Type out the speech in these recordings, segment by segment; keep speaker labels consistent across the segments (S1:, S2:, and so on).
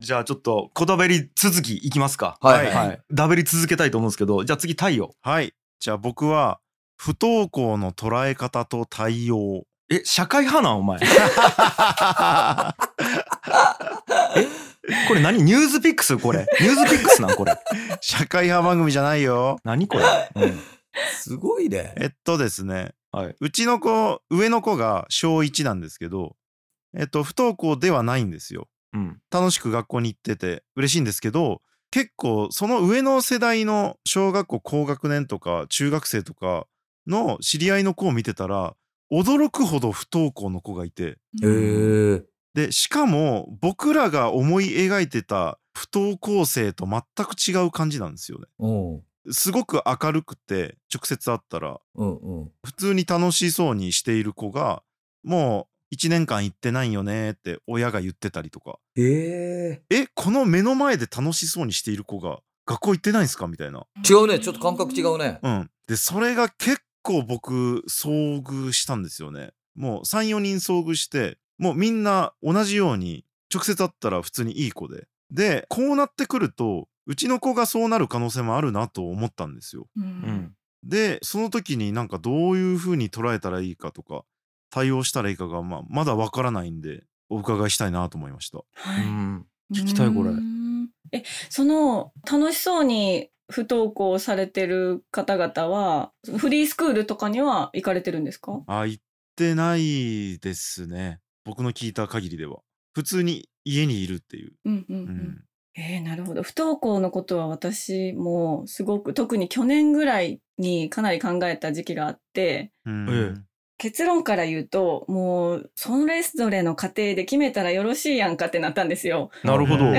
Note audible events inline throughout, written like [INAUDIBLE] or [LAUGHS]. S1: じゃあちょっとこだわり続きいきますか。
S2: はい
S3: はい
S2: はい。
S1: だべり続けたいと思うんですけど、じゃあ次太陽。
S3: はい。じゃあ僕は、不登校の捉え方と対応。
S1: え、社会派なんお前。 [LAUGHS] これ何ニュースピックスこれ。ニュースピックスなんこれ。 [LAUGHS]
S3: 社会派番組じゃないよ。
S1: 何これ。うん。
S2: すごいね。
S3: えっとですね、
S1: はいう
S3: ちの子、上の子が小1なんですけど、えっと、不登校ではないんですよ。
S1: うん。
S3: 楽しく学校に行ってて嬉しいんですけど結構その上の世代の小学校高学年とか中学生とかの知り合いの子を見てたら驚くほど不登校の子がいて
S2: へえ
S3: でしかも僕らが思い描いてた不登校生と全く違う感じなんですよね。
S2: うん
S3: すごく明るくて直接会ったら
S2: うんうん。
S3: 普通に楽しそうにしている子がもう1年間行ってないよねって親が言ってたりとか
S2: へえ
S3: えこの目の前で楽しそうにしている子が学校行ってないんすかみたいな
S2: 違うね。ちょっと感覚違うね。
S3: うんでそれが結構僕遭遇したんですよねもう34人遭遇してもうみんな同じように直接会ったら普通にいい子ででこうなってくるとうちの子がそうなる可能性もあるなと思ったんですよ
S4: う。
S1: うんん。
S3: でその時になんかどういう風に捉えたらいいかとか対応したらいいかが、まあ、まだわからないんでお伺いしたいなと思いました
S1: う
S4: はい。
S1: ん。聞きたいこれ
S4: うーん。え、その楽しそうに不登校されてる方々は、フリースクールとかには行かれてるんですか
S3: あ、行ってないですね。僕の聞いた限りでは。普通に家にいるっていう。
S4: うんうんう。
S3: うんん。
S4: えー、なるほど。不登校のことは私もすごく、特に去年ぐらいにかなり考えた時期があって、
S3: うん
S1: え
S4: 結論から言うと、もう、それぞれの家庭で決めたらよろしいやんかってなったんですよ。
S1: なるほど。
S3: うん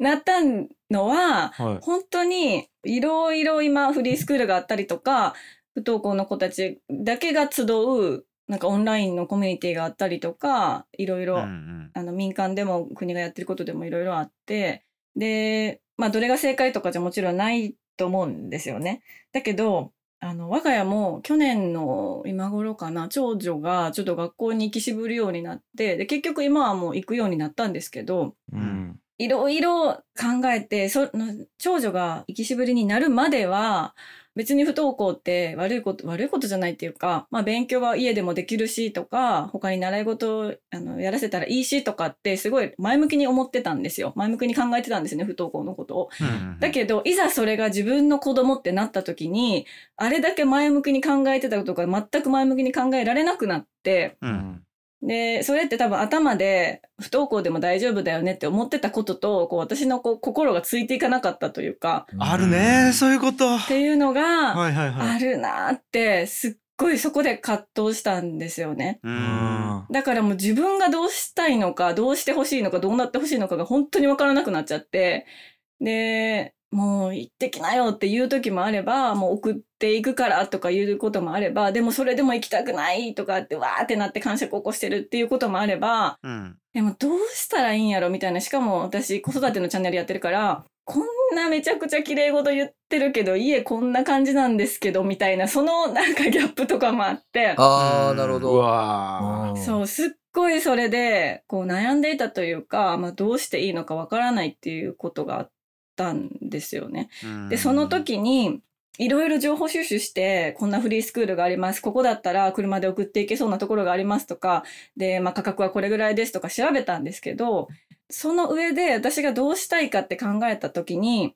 S4: なったのは、
S1: はい。
S4: 本当にいろいろ今フリースクールがあったりとか不登校の子たちだけが集うなんかオンラインのコミュニティがあったりとかいろいろ、
S3: うん
S4: あの民間でも国がやってることでもいろいろあってで、まあ、どれが正解とかじゃもちろんないと思うんですよね。だけどあの我が家も去年の今頃かな長女がちょっと学校に行き渋るようになってで結局今はもう行くようになったんですけど、
S1: うん。
S4: いろいろ考えて、その、長女が生きしぶりになるまでは、別に不登校って悪いこと、悪いことじゃないっていうか、まあ勉強は家でもできるしとか、他に習い事をあのやらせたらいいしとかって、すごい前向きに思ってたんですよ。前向きに考えてたんですね、不登校のことを。
S3: うん
S4: だけど、いざそれが自分の子供ってなった時に、あれだけ前向きに考えてたことが全く前向きに考えられなくなって、
S3: う。
S1: うんん。
S4: で、それって多分頭で不登校でも大丈夫だよねって思ってたことと、こう私のこう心がついていかなかったというか、
S1: あるねそういうこと。は
S4: っていうのが
S1: いはい
S4: あ
S1: はい。
S4: るなーって、すっごいそこで葛藤したんですよね。
S3: う。
S1: うん
S4: だからもう自分がどうしたいのか、どうしてほしいのか、どうなってほしいのかが本当にわからなくなっちゃって、で、もう行ってきなよっていう時もあれば、もう送っていくからとかいうこともあれば、でもそれでも行きたくないとかってわーってなって感触を起こしてるっていうこともあれば、
S3: うん。
S4: でもどうしたらいいんやろみたいな。しかも私子育てのチャンネルやってるから、こんなめちゃくちゃ綺麗事言ってるけど、家こんな感じなんですけど、みたいな、そのなんかギャップとかもあって、
S2: ああ、なるほ
S1: う
S2: ど。
S1: わ
S2: うん
S4: そう、すっごいそれで、こう悩んでいたというか、まあどうしていいのかわからないっていうことがあったんですよね。
S3: うん
S4: で、その、時に、いろいろ情報収集して、こんなフリースクールがあります。ここだったら車で送っていけそうなところがありますとか、で、まあ価格はこれぐらいですとか調べたんですけど、その上で私がどうしたいかって考えた時に、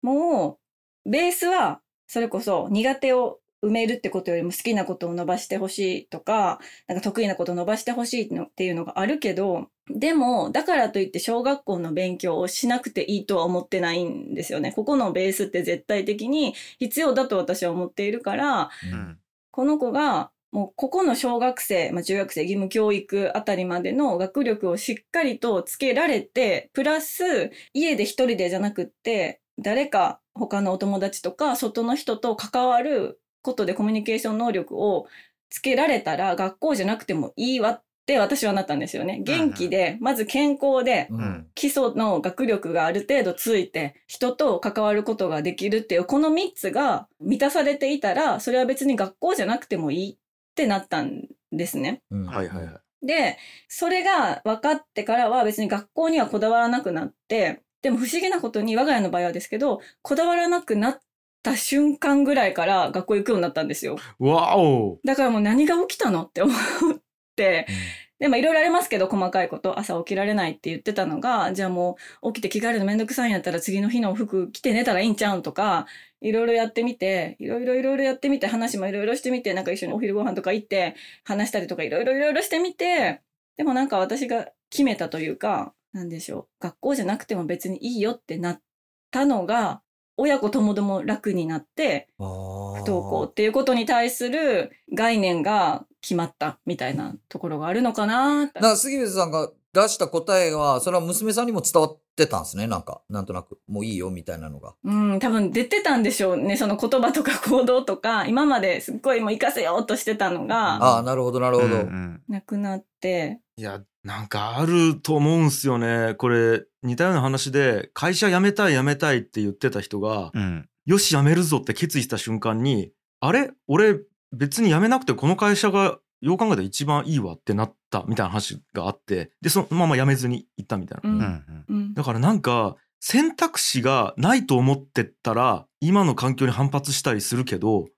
S4: もう、ベースは、それこそ苦手を埋めるってことよりも好きなことを伸ばしてほしいとか、なんか得意なことを伸ばしてほしいのっていうのがあるけど、でも、だからといって小学校の勉強をしなくていいとは思ってないんですよね。ここのベースって絶対的に必要だと私は思っているから、
S3: うん。
S4: この子がもうここの小学生、まあ、中学生義務教育あたりまでの学力をしっかりとつけられて、プラス家で一人でじゃなくって、誰か他のお友達とか外の人と関わることでコミュニケーション能力をつけられたら学校じゃなくてもいいわって私はなったんですよね。元気で、まず健康で、
S2: うん。
S4: 基礎の学力がある程度ついて人と関わることができるっていうこの3つが満たされていたらそれは別に学校じゃなくてもいいってなったんですね。
S2: うん
S1: はいはいはい。
S4: で、それが分かってからは別に学校にはこだわらなくなって、でも不思議なことに我が家の場合はですけど、こだわらなくなった瞬間ぐらいから学校行くようになったんですよ。
S3: わお
S4: だからもう何が起きたのって思って、でもいろいろありますけど、細かいこと、朝起きられないって言ってたのが、じゃあもう起きて着替えるのめんどくさいんやったら次の日の服着て寝たらいいんちゃうんとか、いろいろやってみて、いろいろいろいろやってみて、話もいろいろしてみて、なんか一緒にお昼ご飯とか行って、話したりとかいろいろいろいろしてみて、でもなんか私が決めたというか、なんでしょう、学校じゃなくても別にいいよってなったのが、親子ともども楽になって、
S2: あー
S4: 不登校っていうことに対する概念が決まったみたいなところがあるのかな
S2: だから杉水さんが出した答えは、それは娘さんにも伝わってたんですね、なんか。なんとなく。もういいよ、みたいなのが。
S4: うん多分出てたんでしょうねその言葉とか行動とか今まですっごいもう生かせようとしてたのが
S2: ああ、なるほど、なるほど。
S4: なくなって
S1: いやなんかあると思うんすよねこれ似たような話で会社辞めたい辞めたいって言ってた人が、
S3: うん
S1: よし辞めるぞって決意した瞬間にあれ俺別に辞めなくてこの会社がよう考えたら一番いいわってなったみたいな話があってでそのまま辞めずに行ったみたいな、
S4: う
S3: う
S4: ん
S3: んうん
S4: うん
S1: だからなんか選択肢がないと思ってたら今の環境に反発したりするけど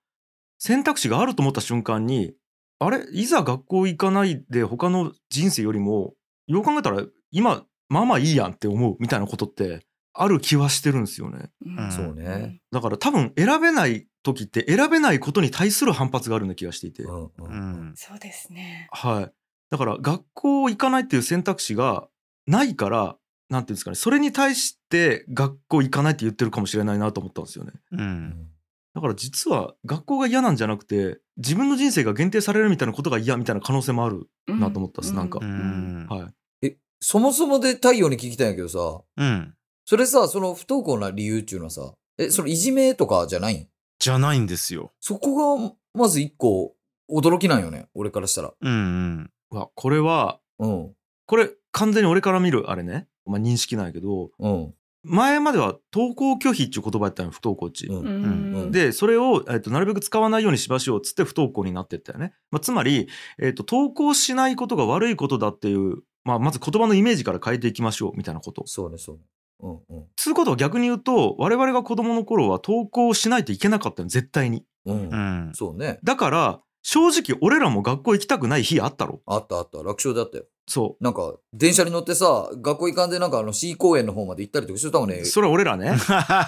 S1: 選択肢があると思った瞬間にあれいざ学校行かないで他の人生よりもよう考えたら今まあまあいいやんって思うみたいなことってある気はしてるんですよね。
S3: うん
S2: そうね。
S1: だから多分選べない時って選べないことに対する反発があるような気がしていて、
S2: うんう
S3: うんん
S4: そうですね
S1: はいだから学校行かないっていう選択肢がないからなんていうんですかねそれに対して学校行かないって言ってるかもしれないなと思ったんですよね
S3: う
S2: うんん
S1: だから実は学校が嫌なんじゃなくて自分の人生が限定されるみたいなことが嫌みたいな可能性もあるなと思ったっすなんか
S3: う
S1: うんはい
S2: え、そもそもで太陽に聞きたいんやけどさ、
S3: うん
S2: それさ、その不登校な理由っていうのはさ、え、そのいじめとかじゃないん
S3: じゃないんですよ
S2: そこが、まず一個、驚きなんよね、俺からしたら。
S3: うんうん
S1: うわこれは
S2: うん。
S1: これ完全に俺から見るあれね、まあ、認識なんやけど
S2: うん。
S1: 前までは登校拒否っていう言葉やったのよ不登校っち、
S2: うん。
S4: うん
S1: でそれを、えっとなるべく使わないようにしましょうっつって不登校になってったよね、まあ、つまり、えっと登校しないことが悪いことだっていう、まあ、まず言葉のイメージから変えていきましょうみたいなこと
S2: そうね、そうね。うんうん。
S1: つうことは逆に言うと我々が子どもの頃は登校しないといけなかったの絶対に
S2: うん。
S3: うん
S2: そうね。
S1: だから正直俺らも学校行きたくない日あったろ
S2: あったあった。楽勝だったよ。
S1: そ
S2: なんか、電車に乗ってさ、学校行かんで、なんかあの、C 公園の方まで行ったりとかしてたもんね
S1: う。それは俺らね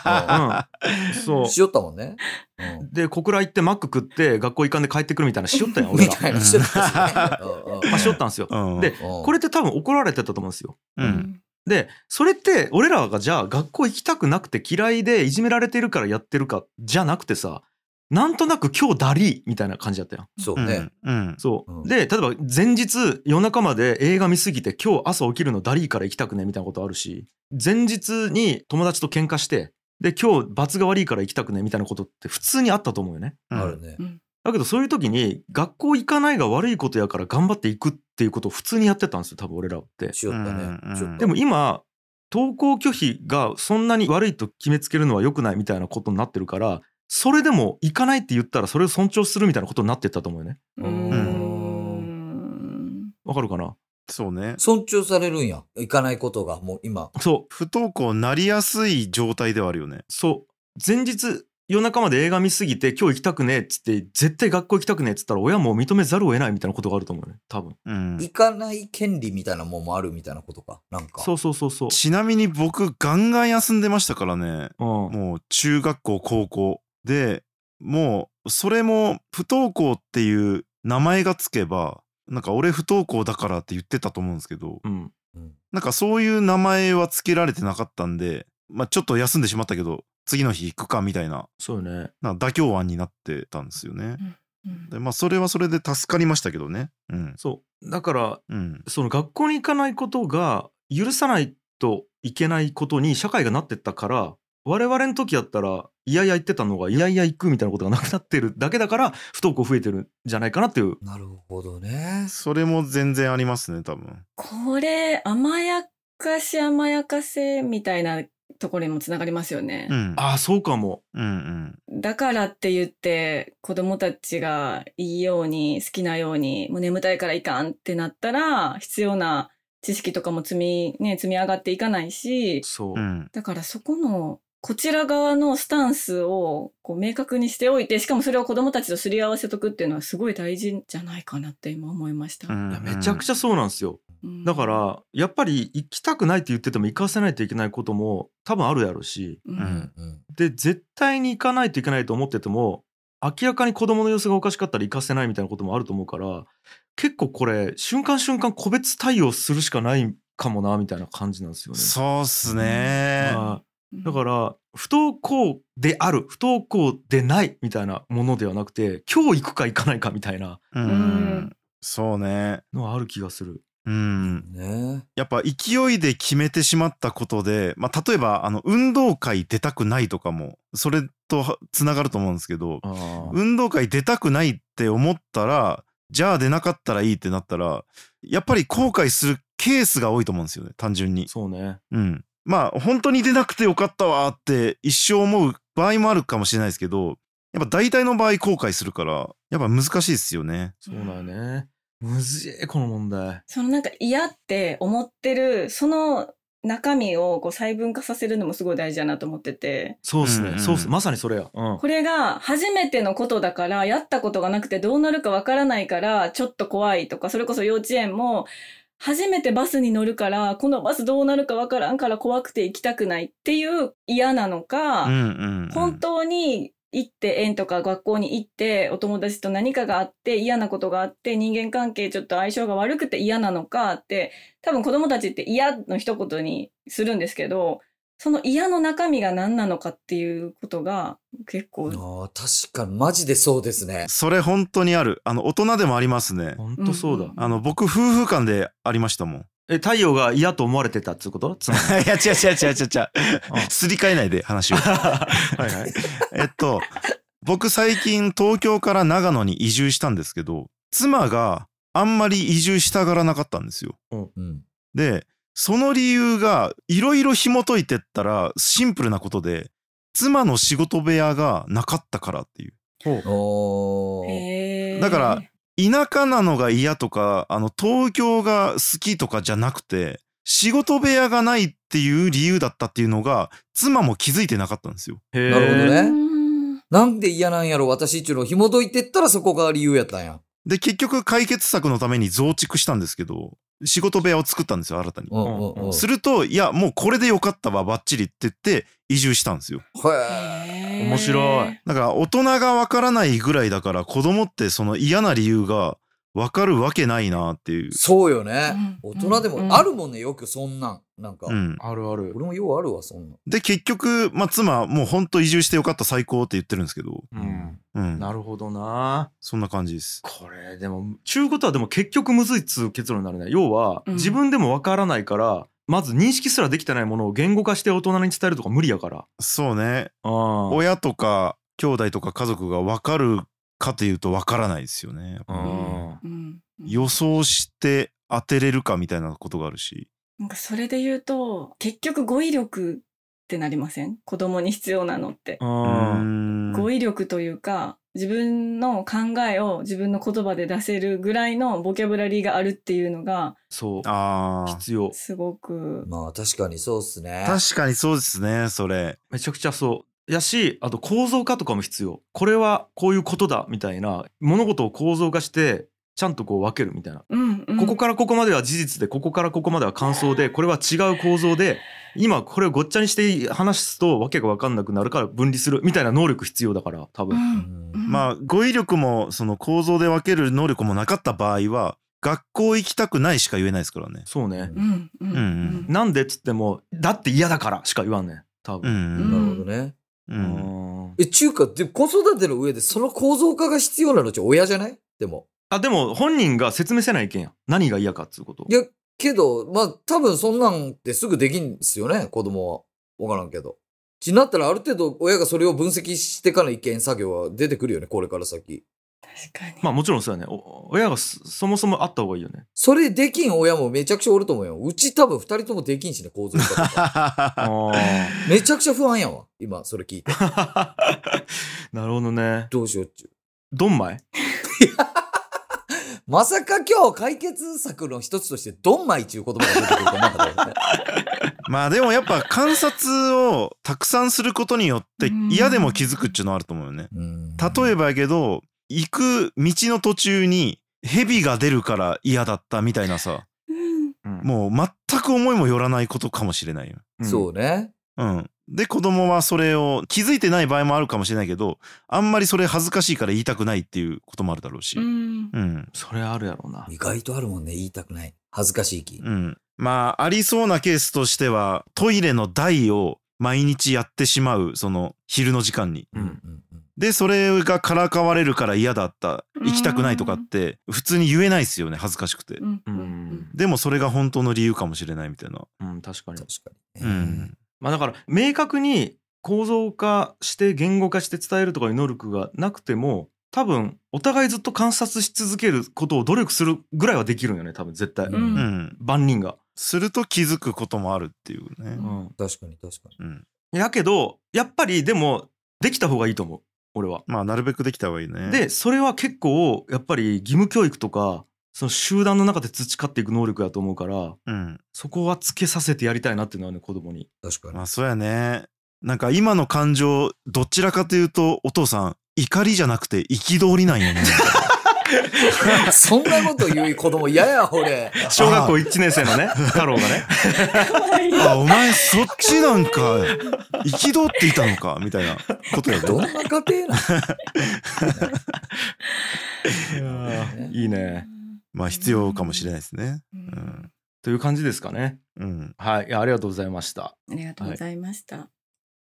S1: うんそう
S2: しよったもんね。うん。
S1: で小倉行ってマック食って学校行かんで帰ってくるみたいなしよったやん俺
S2: [LAUGHS] み
S1: ら
S2: たいなしてたしね。うんう
S1: [LAUGHS]
S2: ん
S1: まあしよったんですよ
S3: うん
S1: で
S2: うん
S1: これって多分怒られてたと思うんですよ
S3: うん
S1: でそれって俺らがじゃあ学校行きたくなくて嫌いでいじめられてるからやってるかじゃなくてさなんとなく今日だりーみたいな感じだったやん
S2: そううんね。
S3: うん
S1: そう、
S2: うん
S1: で例えば前日夜中まで映画見すぎて今日朝起きるのだりーから行きたくねみたいなことあるし前日に友達と喧嘩してで今日罰が悪いから行きたくねみたいなことって普通にあったと思うよね
S3: うん
S2: あるね。
S1: だけどそういう時に学校行かないが悪いことやから頑張っていくっていうことを普通にやってたんですよ多分俺らって
S2: しよったね
S3: うん。
S2: しよった
S1: でも、今登校拒否がそんなに悪いと決めつけるのは良くないみたいなことになってるからそれでも行かないって言ったらそれを尊重するみたいなことになってったと思うよね
S4: うん
S2: うん
S1: わかるかな
S3: そうね
S2: 尊重されるんや。行かないことが、もう今。
S1: そう
S3: 不登校なりやすい状態ではあるよね
S1: そう前日夜中まで映画見すぎて今日行きたくねえっつって絶対学校行きたくねえっつったら親も認めざるを得ないみたいなことがあると思うよね多分
S3: うん
S2: 行かない権利みたいなもんもあるみたいなことか。なんか。
S1: そうそうそうそう
S3: ちなみに僕ガンガン休んでましたからね
S1: うん
S3: もう中学校高校でもうそれも不登校っていう名前がつけばなんか俺不登校だからって言ってたと思うんですけど
S1: うん
S2: うん。
S3: なんかそういう名前はつけられてなかったんでまあちょっと休んでしまったけど次の日行くかみたいな
S1: そうよね
S3: なんか妥協案になってたんですよね。でまあそれはそれで助かりましたけどね。うん
S1: そうだから
S3: うん
S1: その学校に行かないことが許さないといけないことに社会がなってったから我々の時やったらいやいや言ってたのがいやいや行くみたいなことがなくなってるだけだから不登校増えてるんじゃないかなっていう
S2: なるほどね。
S3: それも全然ありますね多分。
S4: これ甘やかし甘やかせみたいなところにもつながりますよね
S3: う。ん
S1: ああそうかも
S3: うん
S4: だからって言って子供たちがいいように好きなようにもう眠たいからいかんってなったら必要な知識とかも積み,、ね、積み上がっていかないし
S1: そう、
S3: うんうん
S4: だからそこのこちら側のスタンスをこう明確にしておいてしかもそれを子供たちとすり合わせとくっていうのはすごい大事じゃないかなって今思いました。
S1: いやめちゃくちゃそうなんですよ
S4: うん
S1: だか、らやっぱり行きたくないって言ってても行かせないといけないことも多分あるやろうし
S4: う
S3: うんん
S2: うん
S1: で絶対に行かないといけないと思ってても明らかに子供の様子がおかしかったら行かせないみたいなこともあると思うから結構これ瞬間瞬間個別対応するしかないかもなみたいな感じなんですよね。
S3: そうっすね
S1: はいだから不登校である不登校でないみたいなものではなくて今日行くか行かないかみたいな
S3: うん、
S4: うん
S3: そうね
S1: のはある気がする。
S3: うん
S2: ね
S3: やっぱ勢いで決めてしまったことで、まあ、例えばあの運動会出たくないとかもそれとはつながると思うんですけど
S1: あー
S3: 運動会出たくないって思ったらじゃあ出なかったらいいってなったらやっぱり後悔するケースが多いと思うんですよね単純に。
S1: そうね
S3: うん、まあ本当に出なくてよかったわって一生思う場合もあるかもしれないですけどやっぱ大体の場合後悔するからやっぱ難しいですよね。
S1: そうだよね。むずいこの問題。
S4: そのなんか嫌って思ってるその中身をこう細分化させるのもすごい大事だなと思ってて
S1: そうっすね、
S3: うんうん
S1: そうっすまさにそれや。うん
S4: これが初めてのことだからやったことがなくてどうなるかわからないからちょっと怖いとかそれこそ幼稚園も初めてバスに乗るからこのバスどうなるかわからんから怖くて行きたくないっていう嫌なのか、
S3: うんうんうん、
S4: 本当に行って園とか学校に行ってお友達と何かがあって嫌なことがあって人間関係ちょっと相性が悪くて嫌なのかって多分子供たちって嫌の一言にするんですけどその嫌の中身が何なのかっていうことが結
S2: あ
S4: 構
S2: ー確かにマジでそうですね。
S3: それ本当にあるあの大人でもありますね。
S1: 本当そうだ。
S4: うんうん
S3: あの僕夫婦間でありました [LAUGHS] もん。
S1: え太陽が嫌と思われてたっつうこと？つまり。
S3: いや違う違う違う違う
S1: うん
S2: [LAUGHS]
S3: 違う。 [LAUGHS] すり替えないで [LAUGHS] 話を。
S1: はいはい。
S3: えっと僕最近東京から長野に移住したんですけど妻があんまり移住したがらなかったんですよ。
S2: うん。
S3: でその理由がいろいろ紐解いてったらシンプルなことで妻の仕事部屋がなかったからっていう。
S2: おー。
S4: へー
S3: だから田舎なのが嫌とかあの東京が好きとかじゃなくて仕事部屋がないっていう理由だったっていうのが妻も気づいてなかったんですよ。
S1: へー
S2: なるほどね
S4: うん
S2: なんで嫌なんやろ私一の紐解いてったらそこが理由やったんや。
S3: で結局解決策のために増築したんですけど仕事部屋を作ったんですよ新たに。
S2: うんうんうん。
S3: するといやもうこれでよかったわバッチリって言って移住したんですよ。
S2: へえ。
S4: へー
S1: 面白い
S3: だから大人がわからないぐらいだから子供ってその嫌な理由がわかるわけないなっていう。
S2: そうよね。
S4: うん
S2: 大人で
S4: う
S2: も
S4: ん
S2: あるもんね、よくそんなん。なんか
S3: う。ん、
S1: あるある。
S2: 俺もようあるわ、そんなん。
S3: で結局、まあ、妻もうほんと移住してよかった最高って言ってるんですけど、
S1: うん。
S3: うん、
S1: なるほどな。
S3: そんな感じです。
S1: これでも中古とはでも結局むずいっつう結論になるね。要は、
S4: うん
S1: 自分でもわからないからまず認識すらできてないものを言語化して大人に伝えるとか無理やから。
S3: そうね、
S1: あ
S3: 親とか兄弟とか家族が分かるかというと分からないですよね。
S1: あ。う
S4: うん
S1: ん。
S4: うん
S3: 予想して当てれるかみたいなことがあるし。
S4: なんかそれで言うと結局語彙力ってなりません子供に必要なのって。
S3: う
S1: うん
S3: ん
S4: 語彙力というか自分の考えを自分の言葉で出せるぐらいのボキャブラリーがあるっていうのが
S1: そう。
S3: あー
S1: 必要。
S4: すごく、
S2: まあ確かにそうっすね。
S3: 確かにそうですねそれ。
S1: めちゃくちゃそうやしあと構造化とかも必要これはこういうことだみたいな物事を構造化してちゃんとこう分けるみたいな、
S4: うんうん
S1: ここからここまでは事実でここからここまでは感想でこれは違う構造で今これをごっちゃにして話すとわけが分かんなくなるから分離するみたいな能力必要だから多
S4: う
S1: 分、
S4: ん
S2: に。
S3: ま
S4: あ
S3: あ語彙力もその構造で分ける能力もなかった場合は学校行きたくないしか言えないですからね。
S1: そうね
S4: うんうん
S3: うんうん
S1: なんでっつってもだって嫌だからしか言わんねん多
S3: う
S1: 分、
S3: ん
S2: なるほどね。
S3: う
S1: うんん
S2: え、ちゅうか、で、子育ての上でその構造化が必要なのち親じゃないでも。
S1: あでも本人が説明せない意見やん何が嫌かっつうこと
S2: いや、けど、まあ、多分そんなんってすぐできんですよね、子供は。わからんけど。ちなったらある程度親がそれを分析してから意見作業は出てくるよね、これから先。
S4: 確かに。
S1: まあもちろんそうやねお親がそそもそもあった方がいいよね
S2: それできん親もめちゃくちゃおると思うよ。うち多分二人ともできんしね、構造化と
S3: [LAUGHS]
S2: か。
S1: あー
S2: めちゃくちゃ不安やわ。今、それ聞いて。
S1: なるほどね
S2: どうしようっちゅう。
S1: ドンマイ
S2: まさか今日解決策の一つとして、ドンマイっていう言葉が出てくると思うんだけどね。
S3: [LAUGHS] まあでもやっぱ観察をたくさんすることによって
S4: うん
S3: 嫌でも気づくっちゅうのはあると思うよね。
S2: うん
S3: 例えばやけど行く道の途中に蛇が出るから嫌だったみたいなさ
S4: うん
S3: もう全く思いもよらないことかもしれないよ。
S2: そうね。
S3: うん、で子供はそれを気づいてない場合もあるかもしれないけどあんまりそれ恥ずかしいから言いたくないっていうこともあるだろうし。
S4: うん
S3: うん
S1: それあるやろうな
S2: 意外とあるもんね、言いたくない。恥ずかしい気。
S3: うん、まあありそうなケースとしてはトイレの台を毎日やってしまうその昼の時間に。
S1: う
S2: うんんうん
S3: でそれがからかわれるから嫌だった行きたくないとかって普通に言えないですよね恥ずかしくて
S4: う。ん
S1: う
S4: うんん
S3: でもそれが本当の理由かもしれないみたいな。
S1: うん確かに
S2: 確かに
S3: う
S2: ね。
S3: ん。
S1: まあだから明確に構造化して言語化して伝えるとかいう能力がなくても多分お互いずっと観察し続けることを努力するぐらいはできるんよね多分絶対、
S2: う
S4: うんん
S3: うん。
S1: 万人が、
S3: すると気づくこともあるっていう
S1: う。
S3: ね
S1: ん、
S2: 確かに確か
S3: う
S2: に。
S3: ん。
S1: やけどやっぱりでもできた方がいいと思う俺は。
S3: まあなるべくできた方がいいね。
S1: でそれは結構やっぱり義務教育とかその集団の中で培っていく能力やと思うから
S3: うん。
S1: そこはつけさせてやりたいなっていうのはね子供に。
S2: 確かに。
S3: まあそうやね。なんか今の感情どちらかというとお父さん怒りじゃなくて憤りなんやね。
S2: そんなこと言う子供嫌や、俺。
S1: [LAUGHS] 小学校1年生のね太郎がね。
S4: 可愛い
S3: あお前そっちなんか憤っていたのかみたいなことや
S2: どん
S3: ね。
S2: な家庭なの
S1: いいね。
S3: まあ必要かもしれないですね。
S4: う
S3: うんん。
S1: という感じですかね。
S3: うん。
S1: はいいやありがとうございました。
S4: ありがとうございました。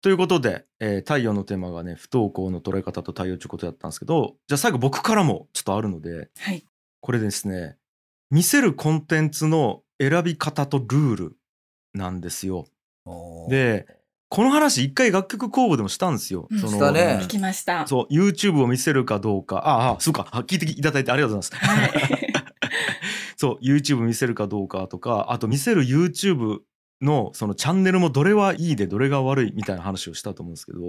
S1: ということで、えー太陽のテーマがね不登校の捉え方と対応ということだったんですけどじゃあ最後僕からもちょっとあるので
S4: はい。
S1: これですね見せるコンテンツの選び方とルールなんですよ。
S2: おー
S1: でこの話一回楽曲公募でもしたんですよ。
S4: うん
S1: その
S2: したね
S4: 聞きました。
S1: そう YouTube を見せるかどうかああそうかあ聞いていただいてありがとうございます。
S4: はい。
S1: そう YouTube 見せるかどうかとかあと見せる YouTube のそのチャンネルもどれはいいでどれが悪いみたいな話をしたと思うんですけど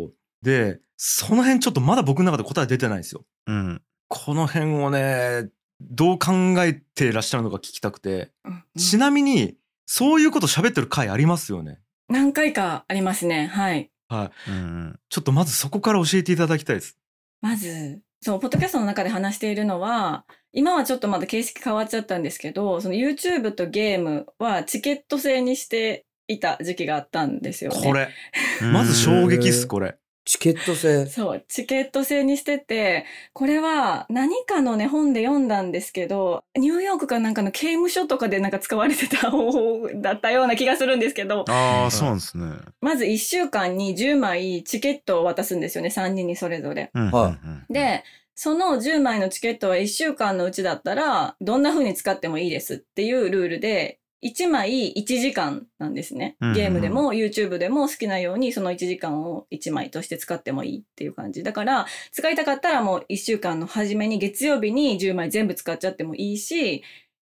S1: でその辺ちょっとまだ僕の中で答え出てないんですよ。
S3: うん。
S1: この辺をねどう考えてらっしゃるのか聞きたくて
S4: うん
S1: ちなみにそういうこと喋ってる回ありますよね。
S4: 何回かありますね。はい。
S3: うん。
S1: ちょっとまずそこから教えていただきたいです。
S4: まず、そう、ポッドキャストの中で話しているのは、今はちょっとまだ形式変わっちゃったんですけど、その YouTube とゲームはチケット制にしていた時期があったんですよね。
S1: これ
S3: うん
S1: まず衝撃っ
S2: う
S1: す
S2: ん
S1: これ。
S2: チケット制。
S4: そう、チケット制にしてて、これは何かのね、本で読んだんですけど、ニューヨークかなんかの刑務所とかでなんか使われてた方法だったような気がするんですけど、
S3: ああそうなんですね。
S4: まず1週間に10枚チケットを渡すんですよね、3人にそれぞれ。
S3: うん
S2: はい
S3: うんうん
S4: で、その10枚のチケットは1週間のうちだったら、どんな風に使ってもいいですっていうルールで、1枚1時間なんですね。
S3: うんうん
S4: ゲームでも YouTube でも好きなようにその1時間を1枚として使ってもいいっていう感じ。だから、使いたかったらもう1週間の初めに月曜日に10枚全部使っちゃってもいいし、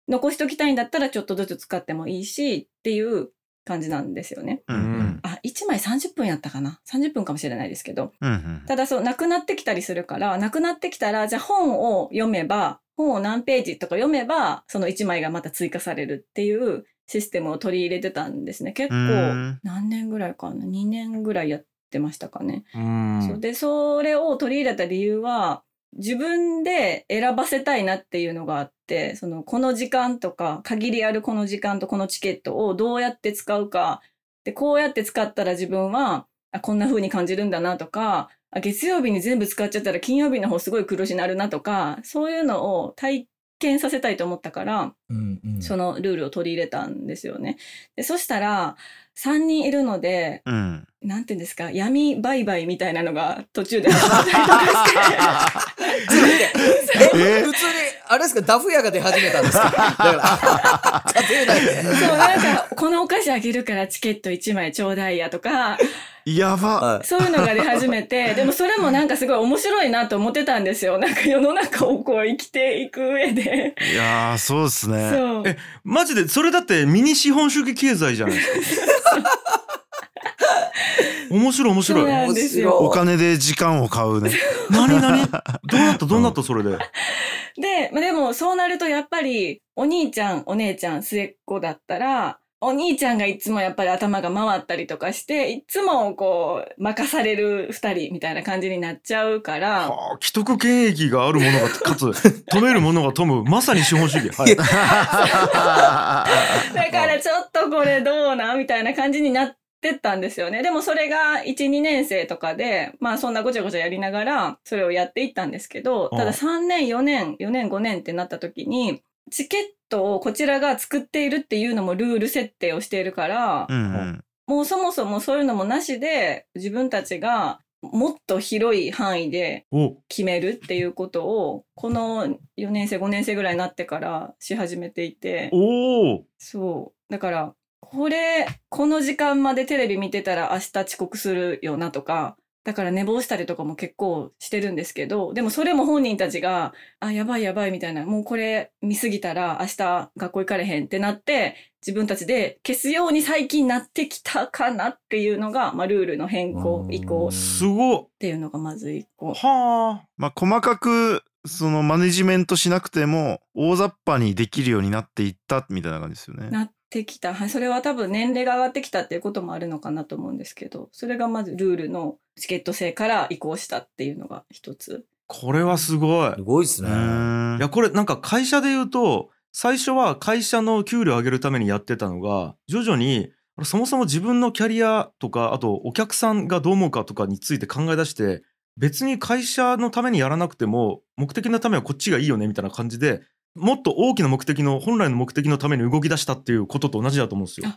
S4: 残しときたいんだったらちょっとずつ使ってもいいしっていう感じなんですよね。
S3: う
S1: うん
S3: うん
S4: あ、1枚30分やったかな ?30 分かもしれないですけど。
S3: うんうん
S4: ただそう、なくなってきたりするから、なくなってきたら、じゃあ本を読めば、本を何ページとか読めば、その1枚がまた追加されるっていうシステムを取り入れてたんですね。結
S3: う
S4: 構、
S3: ん
S4: 何年ぐらいかな ?2 年ぐらいやってましたかね。
S1: うん
S4: そうで、それを取り入れた理由は、自分で選ばせたいなっていうのがあって、その、この時間とか、限りあるこの時間とこのチケットをどうやって使うか、で、こうやって使ったら自分は、あこんな風に感じるんだなとか、あ月曜日に全部使っちゃったら金曜日の方すごい苦しなるなとか、そういうのを体験させたいと思ったから、
S2: うんうん
S4: そのルールを取り入れたんですよね。で、そしたら、3人いるので、
S3: うん
S4: なんていうんですか、闇売買みた
S1: [LAUGHS]
S4: いなのが途中で始まったりとかして。
S2: え
S3: え
S2: 普通にあれですか、ダフ屋が出始めたんですかだから、家庭内で。
S4: そう、なんか、このお菓子あげるからチケット1枚ちょうだいやとか、
S3: やば。
S2: はい
S4: そういうのが出始めて、
S1: [LAUGHS]
S4: でもそれもなんかすごい面白いなと思ってたんですよ。なんか世の中をこう生きていく上で。
S3: いやー、そうですね。
S4: そう。
S1: えマジでそれだってミニ資本主義経済じゃないですか面白い面
S4: そう
S1: 白い
S4: なんですよ。
S3: お金で時間を買うね。
S1: 何何どうなったどうなったそれで、
S4: で、まあ、でもそうなるとやっぱりお兄ちゃんお姉ちゃん末っ子だったらお兄ちゃんがいつもやっぱり頭が回ったりとかしていつもこう任される二人みたいな感じになっちゃうから
S1: はあ既得権益があるものがかつ止めるものが富むまさに資本主義、はい、
S4: だからちょっとこれどうなみたいな感じになってったんですよねでもそれが12年生とかでまあそんなごちゃごちゃやりながらそれをやっていったんですけどた
S1: は
S4: だ
S1: あ
S4: 3年4年4年5年ってなった時にチケットをこちらが作っているっていうのもルール設定をしているから
S3: う、んうん。
S4: もうそもそもそういうのもなしで自分たちがもっと広い範囲で
S1: お
S4: 決めるっていうことをこの4年生5年生ぐらいになってからし始めていて
S1: おー
S4: そうだからこれこの時間までテレビ見てたら明日遅刻するよなとかだから寝坊したりとかも結構してるんですけどでもそれも本人たちがあやばいやばいみたいなもうこれ見すぎたら明日学校行かれへんってなって自分たちで消すように最近なってきたかなっていうのが、まあ、ルールの変更以降っ
S1: すごっ
S4: ていうのがまず一個。
S1: はあ
S3: まあ、細かく、そのマネジメントしなくても、大雑把にできるようになっていったみたいな感じです [LAUGHS] よね。
S4: なってきた、はい、それは多分年齢が上がってきたっていうこともあるのかなと思うんですけどそれがまずルールのチケット制から移行したっていうのが一つ
S1: これはすごい
S2: すごいです
S3: う
S2: ね。
S3: ーん
S1: いやこれなんか会社で言うと最初は会社の給料上げるためにやってたのが徐々にそもそも自分のキャリアとかあとお客さんがどう思うかとかについて考え出して別に会社のためにやらなくても目的のためはこっちがいいよねみたいな感じでもっと大きな目的の本来の目的のために動き出したっていうことと同じだと思うんですよ。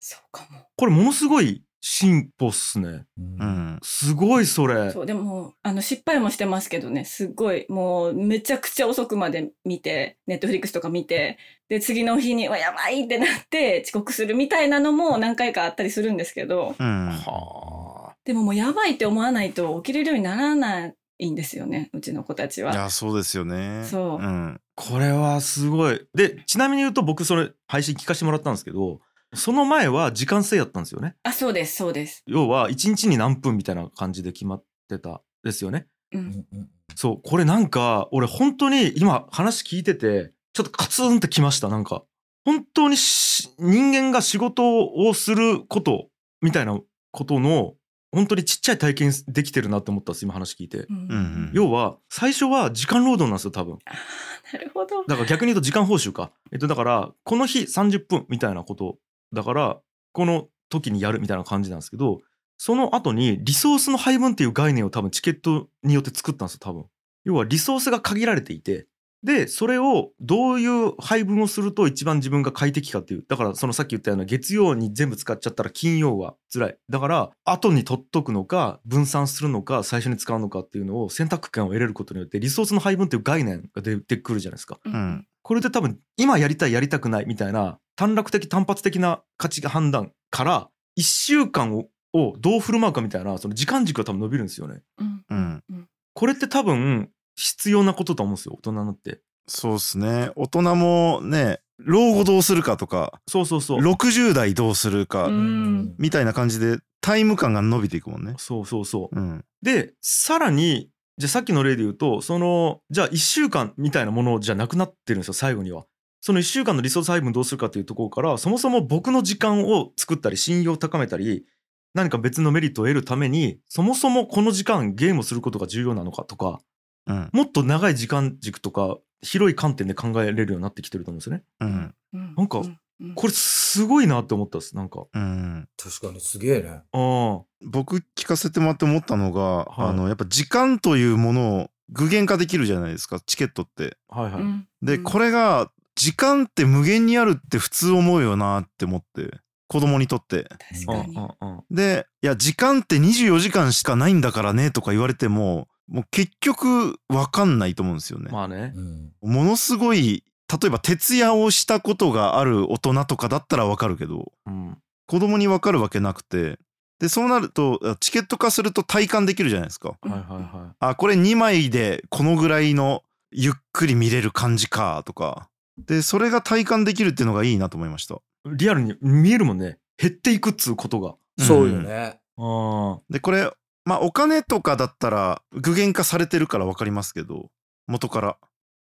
S4: そうかも
S1: これものすごい進歩っすね。
S2: うん
S3: うん。
S1: すごいそれ。
S4: そうでもあの失敗もしてますけどねすっごいもうめちゃくちゃ遅くまで見てネットフリックスとか見てで次の日にはやばいってなって遅刻するみたいなのも何回かあったりするんですけど
S3: うん。
S1: はあ。
S4: でももうやばいって思わないと起きれるようにならないんですよねうちの子たち
S3: い
S4: は。
S3: や、そうですよね。
S4: そ
S3: う
S4: う
S3: ん。
S1: これはすごい。で、ちなみに言うと僕それ配信聞かせてもらったんですけど、その前は時間制やったんですよね。
S4: あそうですそうです。
S1: 要は1日に何分みたいな感じで決まってたですよね。
S4: うん
S1: そう、これなんか俺本当に今話聞いてて、ちょっとカツンってきました、なんか。本当にし人間が仕事をすることみたいなことの本当にちっちゃい体験できてるなって思ったんです、今話聞いて。
S4: うん
S3: うんうん
S1: 要は最初は時間労働なんですよ、多分。
S4: あーなるほど。
S1: だから逆に言うと時間報酬か。えっと、だから、この日30分みたいなこと。だから、この時にやるみたいな感じなんですけど、その後にリソースの配分っていう概念を多分チケットによって作ったんですよ、多分。要はリソースが限られていて、で、それをどういう配分をすると一番自分が快適かっていう。だから、そのさっき言ったような月曜に全部使っちゃったら金曜は辛い。だから、後に取っとくのか、分散するのか、最初に使うのかっていうのを選択権を得れることによって、リソースの配分っていう概念が出てくるじゃないですか。
S4: うん
S1: これで多分今やりたいやりたくないみたいな短絡的単発的な価値判断から1週間ををどう振る舞うかみたいなその時間軸が多分伸びるんですよね。
S4: うん
S3: うん。
S1: これって多分必要なことだと思うんですよ大人になって。
S3: そうですね。大人もね、老後どうするかとか、
S1: そうそうそう。
S3: 60代どうするか
S4: う、ん
S3: みたいな感じで、タイム感が伸びていくもんね。
S1: そうそうそう。
S3: うん。
S1: でさらにじゃあさっきの例で言うとそのじゃあ1週間みたいなものじゃなくなってるんですよ最後には。その1週間のリソース配分どうするかっていうところからそもそも僕の時間を作ったり信用を高めたり何か別のメリットを得るためにそもそもこの時間ゲームをすることが重要なのかとか
S3: うん。
S1: もっと長い時間軸とか広い観点で考えれるようになってきてると思うんですよね。
S3: うん。
S4: うん
S1: なんか
S4: うんうん
S1: これすごいなって思ったですなんか。
S3: うん。
S2: 確かにすげえね。
S1: あー
S3: 僕聞かせてもらって思ったのが、
S1: はい
S3: あのやっぱ時間というものを具現化できるじゃないですかチケットって。
S1: はいはい。
S4: うん
S3: で、
S4: うん
S3: これが時間って無限にあるって普通思うよなって思って子供にとって。
S4: 確
S1: うん
S4: かに
S1: うんうん
S3: でいや時間って24時間しかないんだからねとか言われてももう結局分かんないと思うんですよね。
S1: まあね
S2: うん。
S3: ものすごい例えば徹夜をしたことがある大人とかだったら分かるけど
S1: うん
S3: 子供に分かるわけなくてでそうなるとチケット化すると体感できるじゃないですか。
S1: はいはいは
S3: あこれ2枚でこのぐらいのゆっくり見れる感じかとかでそれが体感できるっていうのがいいなと思いました。
S1: いリアルに見えるもんね減っていくっつうことが
S2: そうよね。
S1: ああ
S3: でこれまあお金とかだったら具現化されてるから分かりますけど元から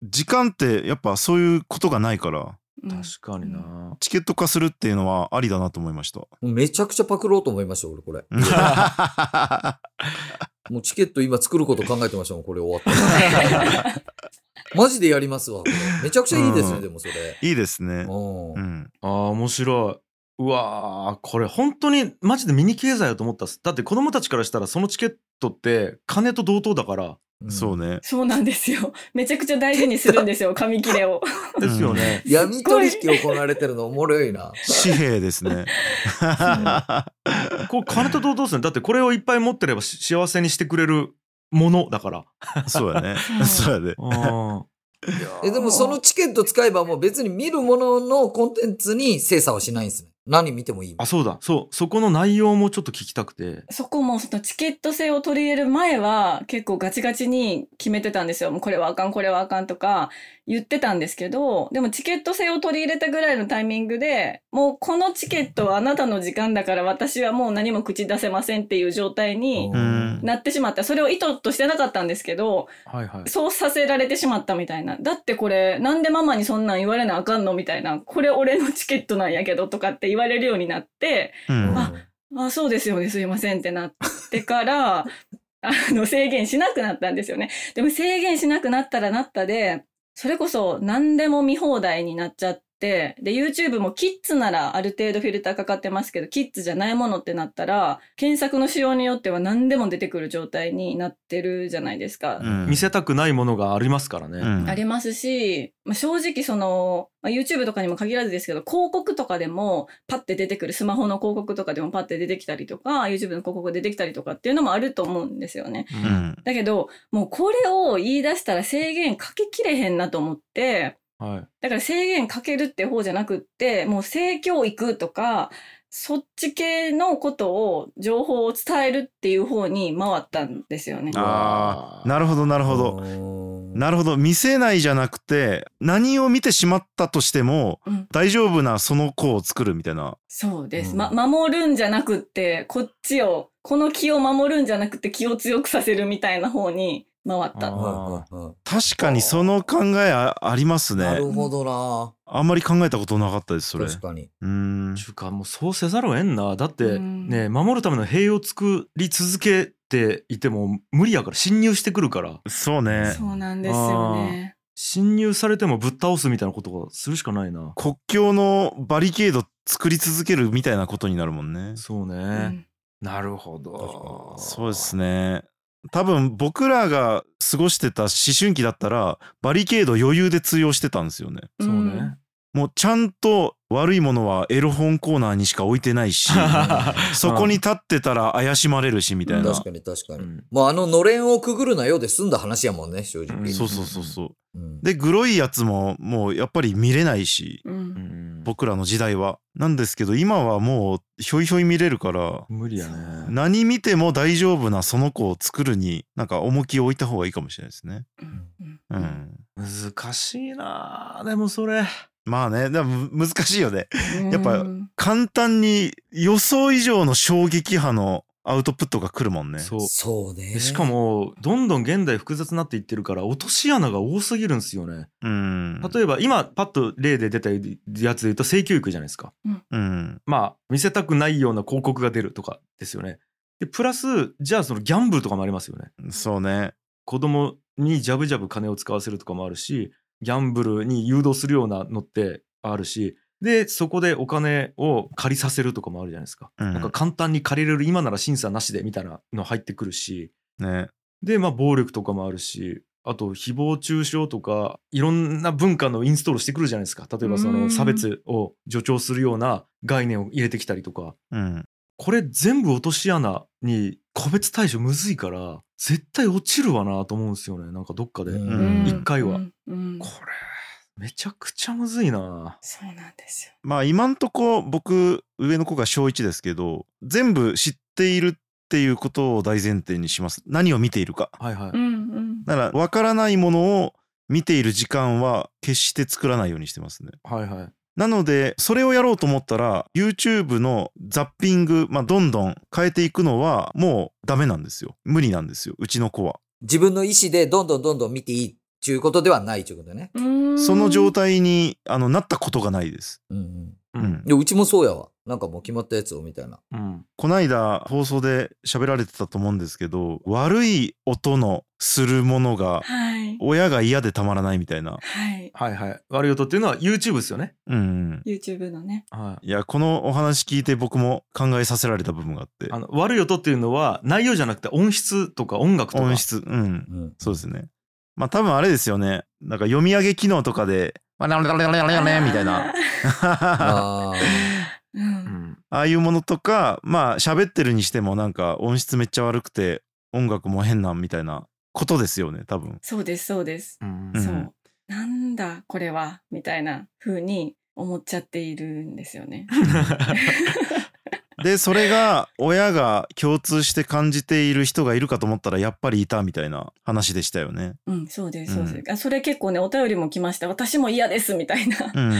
S3: 時間ってやっぱそういうことがないから
S4: うん
S1: 確かにな
S3: チケット化するっていうのはありだなと思いました
S2: めちゃくちゃパクろうと思いました、俺、これ。もうチケット今作ること考えてましたもん、これ終わったら。マジでやりますわ、これめちゃくちゃいいですね、
S3: うん
S2: でもそれ。
S3: いいですね
S2: う。
S3: うんん
S1: あー面白いうわーこれ本当にマジでミニ経済だと思ったっすだって子供たちからしたらそのチケットって金と同等だから
S3: そうね
S4: [LAUGHS] そうなんですよ。めちゃくちゃ大事にするんですよ、紙切 [LAUGHS] れを。
S1: ですよね、
S2: 闇取引行われてるのおもろいな。
S3: 紙幣ですね
S1: こう金と同等ですねだってこれをいっぱい持ってればし幸せにしてくれるものだから
S3: そうやね
S4: うん
S3: そうやね
S1: あーいやー
S2: え、でもそのチケット使えばもう別に見るもののコンテンツに精査はしないんですね。何見てもいい。
S1: [LAUGHS] あそうだそうそこの内容もちょっと聞きたくて
S4: そこもそのチケット制を取り入れる前は結構ガチガチに決めてたんですよ。もうこれはあかん、これはあかんとか言ってたんですけど、でもチケット制を取り入れたぐらいのタイミングで、もうこのチケットはあなたの時間だから私はもう何も口出せませんっていう状態に
S3: うん
S4: なってしまった。それを意図としてなかったんですけど、
S1: はいはい
S4: そうさせられてしまったみたいな。だってこれ、なんでママにそんなん言われなあかんのみたいな。これ俺のチケットなんやけどとかって言われるようになって、
S3: うん
S4: ああ、そうですよね、すいませんってなってから、 [LAUGHS] あの、制限しなくなったんですよね。でも制限しなくなったらなったで、それこそ何でも見放題になっちゃって、で、YouTube もキッズならある程度フィルターかかってますけど、キッズじゃないものってなったら、検索の仕様によっては何でも出てくる状態になってるじゃないですか。
S3: うん
S1: 見せたくないものがありますからね、
S3: うん
S4: ありますし、まあ、正直その、まあ、YouTube とかにも限らずですけど、広告とかでもパッて出てくる、スマホの広告とかでもパッて出てきたりとか、YouTube の広告出てきたりとかっていうのもあると思うんですよね。
S1: う
S3: うんん
S4: だけど、もうこれを言い出したら制限かけきれへんなと思って、
S1: はい
S4: だから制限かけるって方じゃなくって、もう性教育とか、そっち系のことを、情報を伝えるっていう方に回ったんですよね。
S3: あーなるほどなるほど
S2: ど
S3: なるほど見せないじゃなくて何を見てしまったとしても
S4: うん
S3: 大丈夫なその子を作るみたいな
S4: そうです、
S2: うん
S4: ま、守るんじゃなくって、こっちを、この気を守るんじゃなくて気を強くさせるみたいな方に回った。
S1: あ
S3: 確かにその考えああります
S2: な
S3: ね
S2: るほどな。
S3: あんまり考えたことなかったですそれ
S2: 確
S3: [LAUGHS]
S2: かに。
S3: うー
S1: ー
S3: ん
S1: ちゅうかもうそうせざるを得んなだっ
S4: う
S1: て
S4: ん
S1: ね守るための塀を作り続けていても無理やから侵入してくるから
S3: そうね
S4: そうなんですよね。
S1: 侵入されてもぶっ倒すみたいなことがするしかないな
S3: 国境のバリケード作り続けるみたいなことになるもんね
S1: そうね、
S4: うん
S1: なるほ
S2: 確
S1: ど
S3: そうですね多分僕らが過ごしてた思春期だったらバリケード余裕で通用してたんですよね
S1: そうね、
S3: もうちゃんと悪いものはエロ本コーナーにしか置いてない
S2: [LAUGHS]
S3: しそこに立ってたら怪しまれるしみたいな
S2: 確かに確か
S1: う
S2: に。
S1: ん
S2: もうあののれんをくぐるなよで済んだ話やもんね、正
S1: う
S2: 直。
S1: ん
S3: そうそうそうそう
S2: うん。
S3: でグロいやつももうやっぱり見れないし
S4: うん。うん
S1: うん
S3: 僕らの時代はなんですけど今はもうひょいひょい見れるから
S1: 無理やね
S3: 何見ても大丈夫なその子を作るになんか重きを置いた方がいいかもしれないですね
S4: うん
S3: うん、
S1: 難しいなでもそれ
S3: まあねでも難しいよねやっぱ
S4: うん
S3: 簡単に予想以上の衝撃波のアウトプットが来るもんね
S1: そう
S2: そうね。
S1: でしか、もどんどん現代複雑になっていってるから落とし穴が多すぎるんですよね
S3: うん
S1: 例えば今パッと例で出たやつで言うと性教育じゃないですか
S3: うん
S1: まあ見せたくないような広告が出るとかですよねでプラスじゃあそのギャンブルとかもありますよね
S3: そうね
S1: 子供にジャブジャブ金を使わせるとかもあるしギャンブルに誘導するようなのってあるしでそこでお金を借りさせるとかもあるじゃないですか、
S3: うん
S1: なんか簡単に借りれる今なら審査なしでみたいなの入ってくるし
S3: ね
S1: でまあ暴力とかもあるしあと誹謗中傷とかいろんな文化のインストールしてくるじゃないですか例えばそ
S4: うん
S1: の差別を助長するような概念を入れてきたりとか
S3: うん
S1: これ全部落とし穴に個別対象むずいから絶対落ちるわなと思うんですよねなんかどっかで、
S3: う
S1: こ
S3: ん
S4: うん
S1: 一回は
S4: うんうん
S1: れめちゃくちゃむずいな
S4: そうなんですよ
S3: まあ今んとこ僕上の子が小1ですけど全部知っているっていうことを大前提にします何を見ているか
S1: はいはい、
S4: うんうん
S3: だから分からないものを見ている時間は決して作らないようにしてますね
S1: はいはい
S3: なのでそれをやろうと思ったら YouTube のザッピング、まあ、どんどん変えていくのはもうダメなんですよ無理なんですようちの子は
S2: 自分の意思でどんどんどんどん見ていいっていうことではないということね。
S4: うーん
S3: その状態にあのなったことがないです、
S2: うんうん。
S1: う
S3: うん、
S2: で、うちもそうやわ。なんかもう決まったやつをみたいな。
S1: うん
S3: こないだ放送で喋られてたと思うんですけど悪い音のするものが
S4: はい
S3: 親が嫌でたまらないみたいな
S4: はい
S1: はいはい悪い音っていうのは YouTube ですよね
S3: うん
S4: YouTube のね
S1: はい
S3: いやこのお話聞いて僕も考えさせられた部分があって
S1: あの悪い音っていうのは内容じゃなくて音質とか音楽とか
S3: 音質うん
S2: うん。
S3: そうですねまあ多分あれですよねなんか読み上げ機能とかで「まあラララララララみたいなあ
S2: ああ。
S4: [LAUGHS] う
S1: うんん
S3: あいうものとかまあ喋ってるにしてもなんか音質めっちゃ悪くて音楽も変なんみたいなことですよね多分
S4: そうですそうです
S1: うん
S3: うん
S4: そうなんだこれはみたいな風に思っちゃっているんですよね
S3: でそれが親が共通して感じている人がいるかと思ったらやっぱりいたみたいな話でしたよね。
S4: うんそうですそうです、あそれ結構ねお便りも来ました私も嫌ですみたいな
S3: うん、い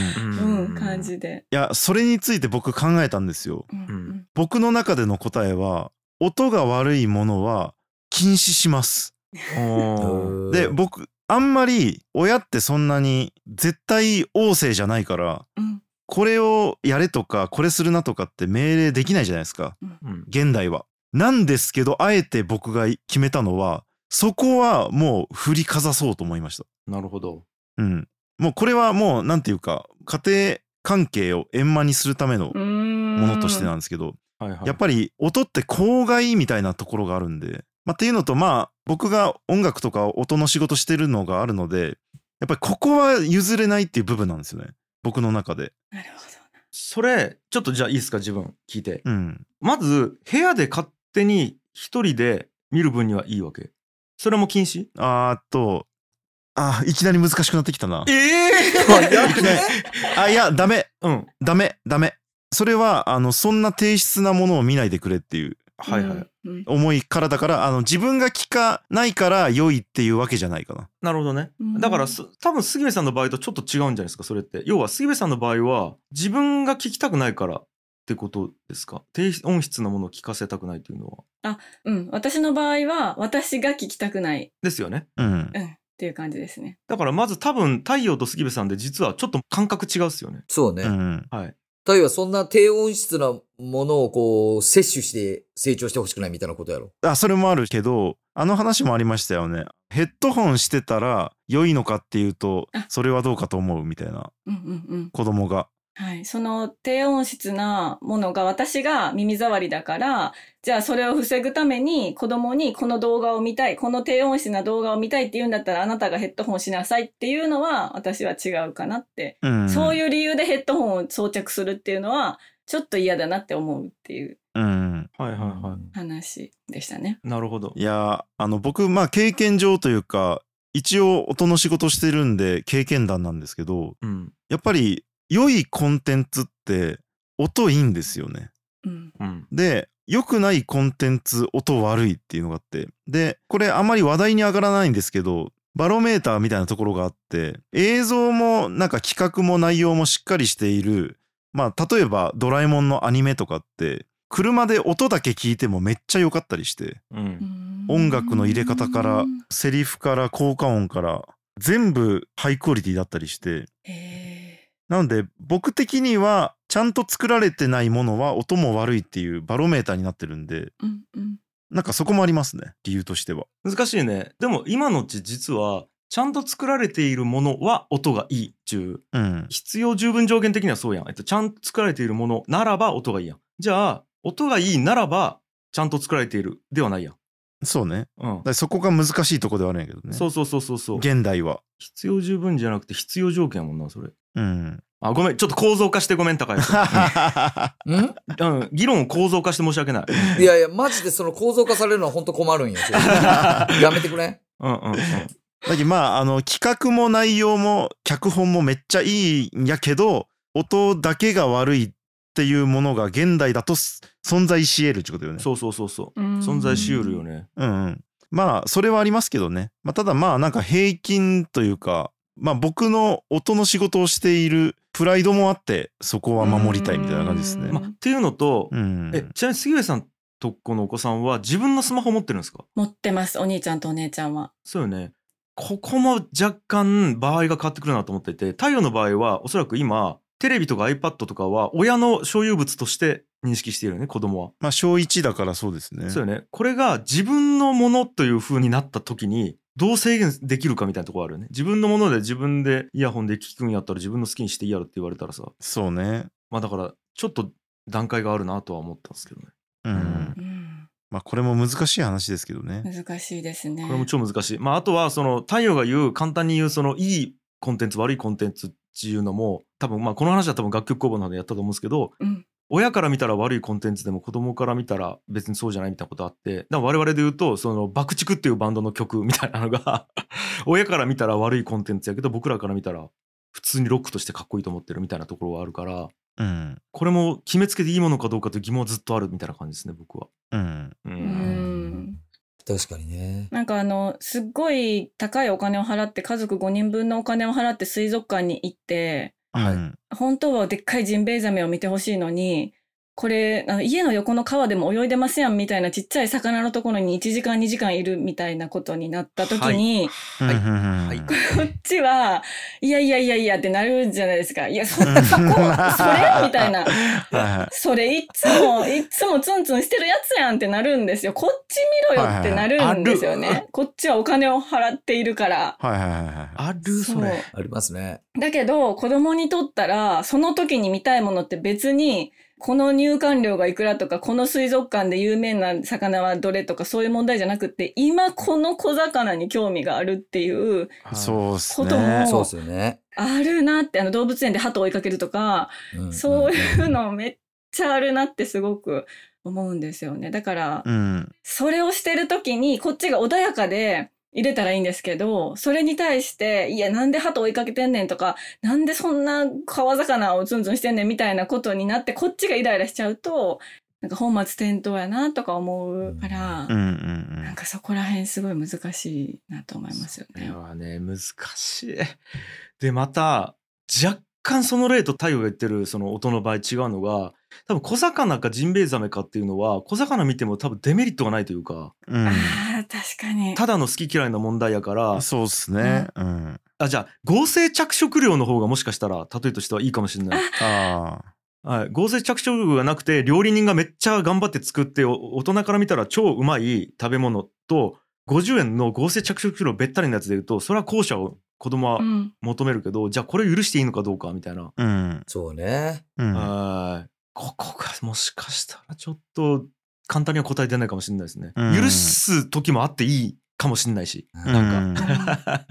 S4: [LAUGHS] うん、感じで、
S3: やそれについて僕考えたんですよ。
S4: うん
S1: ん
S3: 僕の中での答えは音が悪いものは禁止します。
S1: [LAUGHS] おー
S3: で僕あんまり親ってそんなに絶対旺盛じゃないから
S4: うん
S3: これをやれとかこれするなとかって命令できないじゃないですか。
S1: うん
S3: 現代は。なんですけどあえて僕が決めたのはそこはもう振りかざそうと思いました。
S1: なるほど
S3: うん、もうこれはもうなんていうか家庭関係を円満にするための
S4: うー
S3: も
S4: ん
S3: のとしてなんですけど、
S1: はいはい
S3: やっぱり音って公害みたいなところがあるんで、まあ、っていうのとまあ僕が音楽とか音の仕事してるのがあるのでやっぱりここは譲れないっていう部分なんですよね僕の中で。
S4: なるほど
S1: それちょっとじゃあいいですか自分聞いて
S3: うん、
S1: まず部屋で勝手に一人で見る分にはいいわけそれも禁止
S3: あーっとあーいきなり難しくなってきたな。
S1: [LAUGHS] ええ
S2: 早くね。
S3: あいやダメ
S1: うん
S3: ダメダメそれはあのそんな低質なものを見ないでくれっていう
S1: はいはい、
S4: うんうん
S3: 思いからだからあの自分が聞かないから良いっていうわけじゃないかな。
S1: なるほどね
S4: うん
S1: だからす多分杉部さんの場合とちょっと違うんじゃないですかそれって要は杉部さんの場合は自分が聞きたくないからってことですか低音質なものを聞かせたくないというのは
S4: うん、私の場合は私が聞きたくない、
S1: ですよね
S3: うん
S4: う、ん、っていう感じですね。
S1: だからまず多分太陽と杉部さんで実はちょっと感覚違うっすよね
S2: そうね。
S3: うん、
S1: はい
S2: 例えばそんな低音質なものをこう、摂取して成長してほしくないみたいなことやろ。
S3: あそれもあるけどあの話もありましたよねヘッドホンしてたら良いのかっていうと
S4: あ
S3: それはどうかと思うみたいな
S4: うんうんうん。
S3: 子供が。
S4: はい。その低音質なものが私が耳障りだから、じゃあそれを防ぐために子供にこの動画を見たい、この低音質な動画を見たいって言うんだったらあなたがヘッドホンしなさいっていうのは私は違うかなって。
S3: うん、
S4: そう
S3: う、
S4: いう理由でヘッドホンを装着するっていうのはちょっと嫌だなって思うっていう
S3: うん、
S1: はいはいは
S4: 話でしたね。
S1: いなるほど
S3: いやーあの僕まあ経験上というか一応音の仕事してるんで経験談なんですけど
S1: うん
S3: やっぱり良いコンテンツって音いいんですよね。
S4: うん。
S1: うん
S3: で良くないコンテンツ音悪いっていうのがあってでこれあまり話題に上がらないんですけどバロメーターみたいなところがあって映像もなんか企画も内容もしっかりしているまあ例えば「ドラえもん」のアニメとかって車で音だけ聞いてもめっちゃ良かったりして
S1: うん
S3: 音楽の入れ方からセリフから効果音から全部ハイクオリティだったりして
S4: え
S3: なので僕的にはちゃんと作られてないものは音も悪いっていうバロメーターになってるんで
S4: ー、うんうん。
S3: なんかそこもありますね理由としては。
S1: 難しいねでも今のうち実はちゃんと作られているものは音がいいっちゅう
S3: うん、
S1: 必要十分条件的にはそうやん、えっと、ちゃんと作られているものならば音がいいやんじゃあ音がいいならばちゃんと作られているではないやん
S3: そうね
S1: うん
S3: だからそこが難しいとこではあるんやけどね
S1: そうそうそうそうそう
S3: 現代は。
S1: 必要十分じゃなくて必要条件やもんなそれ
S3: うん、
S1: あごめんちょっと構造化してごめん高橋さ
S2: うん
S1: ん、うん、議論を構造化して申し訳ない
S2: いやいや、マジでその構造化されるのは本当困るんよ。正直やめてくれん。
S1: うんうんうん
S3: だけどまああの企画も内容も脚本もめっちゃいいんやけど音だけが悪いっていうものが現代だとす存在し得るってことよね。
S1: そうそうそうそう存
S4: 存
S1: 在しうるよね
S3: うんうん、まあそれはありますけどね、まあ、ただまあなんか平均というか、まあ、僕の音の仕事をしているプライドもあってそこは守りたいみたいな感じです
S4: う
S3: ね
S4: ん。
S1: まあっていうのと、
S3: うん、
S1: えちなみに杉上さんとこのお子さんは自分のスマホ持ってるんですか
S4: 持ってますお兄ちゃんとお姉ちゃんは
S1: そうよねここも若干場合が変わってくるなと思ってて太陽の場合はおそらく今テレビとか iPad とかは親の所有物として認識しているよね子供は。
S3: まあ小1だからそうですね。
S1: そうよねこれが自分のものという風になった時にどう制限できるかみたいなところあるよね自分のもので自分でイヤホンで聞くんやったら自分の好きにしていいやろって言われたらさ
S3: そうね。
S1: まあだからちょっと段階があるなとは思ったんですけどね
S3: うん
S2: うん
S4: うん
S3: まあこれも難しい話ですけどね。
S4: 難しいですね
S1: これも超難しいまああとはその太陽が言う簡単に言うそのいいコンテンツ悪いコンテンツっていうのも多分まあこの話は多分楽曲工房などでやったと思うんですけど
S4: うん
S1: 親から見たら悪いコンテンツでも子供から見たら別にそうじゃないみたいなことあってだから我々で言うとその爆竹っていうバンドの曲みたいなのが [LAUGHS] 親から見たら悪いコンテンツやけど僕らから見たら普通にロックとしてかっこいいと思ってるみたいなところがあるから
S3: うん。
S1: これも決めつけていいものかどうかという疑問はずっとあるみたいな感じですね僕は。
S3: うん。
S1: う
S4: うんん
S2: 確かにね。
S4: なんかあのすっごい高いお金を払って家族5人分のお金を払って水族館に行って
S2: はい
S3: うん
S4: 本当はでっかいジンベエザメを見てほしいのにこれあの家の横の川でも泳いでますやんみたいなちっちゃい魚のところに1時間2時間いるみたいなことになった時に、
S1: は
S3: うんうん
S1: はい
S4: こっちはいやいやいやいやってなるじゃないですかいやそそこ [LAUGHS] それみたいな
S3: はいはい
S4: それいっつもいっつもツンツンしてるやつやんってなるんですよこっち見ろよってなるんですよね、
S1: はいはいあ
S4: こっちはお金を払っているから
S3: はいはいはいはい。
S1: あるそれ。
S2: ありますね。
S4: だけど子供にとったらその時に見たいものって別にこの入館料がいくらとかこの水族館で有名な魚はどれとかそういう問題じゃなくって今この小魚に興味があるっていう
S3: そうです
S4: こと
S3: ね
S4: も。
S2: そうですよね。
S4: あるなってあの動物園で鳩を追いかけるとか、
S2: ん
S4: そういう。のめっちゃあるなってすごく思うんですよねだから、
S3: うん。
S4: それをしてる時にこっちが穏やかで入れたらいいんですけどそれに対して「いやなんで鳩追いかけてんねん」とか「なんでそんな川魚をツンツンしてんねん」みたいなことになってこっちがイライラしちゃうとなんか本末転倒やなとか思うから、
S3: うんうんう
S4: なん
S3: ん
S4: かそこら辺すごい難しいなと思いますよね
S1: こ。れはね難しい。でまた若干その例と太陽が言ってるその音の場合違うのが多分小魚かジンベエザメかっていうのは小魚見ても多分デメリットがないというか
S3: うん
S4: あー確かに
S1: ただの好き嫌いの問題やから
S3: そうですね。うん。
S1: あじゃあ合成着色料の方がもしかしたら例えとしてはいいかもしれない。
S3: あ
S1: はい、合成着色料がなくて料理人がめっちゃ頑張って作ってお大人から見たら超うまい食べ物と50円の合成着色料べったりのやつで言うとそれは後者を子供は
S4: うん
S1: 求めるけどじゃあこれ許していいのかどうかみたいな、
S3: あ。うん。
S2: そうね。
S3: うん。
S1: はいここがもしかしたらちょっと簡単には答え出ないかもしれないですね、
S3: うん
S1: 許す時もあっていいかもしれないし
S3: なんか、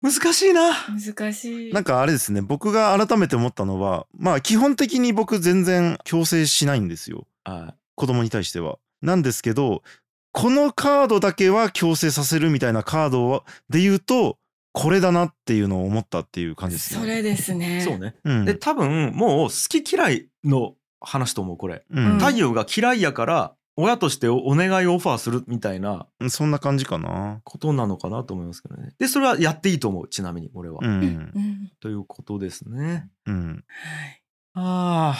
S1: 難しいな
S4: 難しい。
S3: なんかあれですね、僕が改めて思ったのは、まあ基本的に僕全然強制しないんですよ。
S1: は
S3: 子供に対しては。なんですけど、このカードだけは強制させるみたいなカードはで言うと、これだなっていうのを思ったっていう感じですね。
S4: それです
S1: い
S4: ね。
S1: そうね、
S3: うん。
S1: で多分もう好き嫌いの話と思うこれ
S3: う
S4: うんん
S1: 太陽が嫌いやから親としてお願いをオファーするみたいな
S3: うんそんな感じかな。
S1: ことなのかなと思いますけどねでそれはやっていいと思うちなみに俺は、
S3: うん。
S4: うん
S1: ということですね
S3: うん。
S4: はい
S1: あ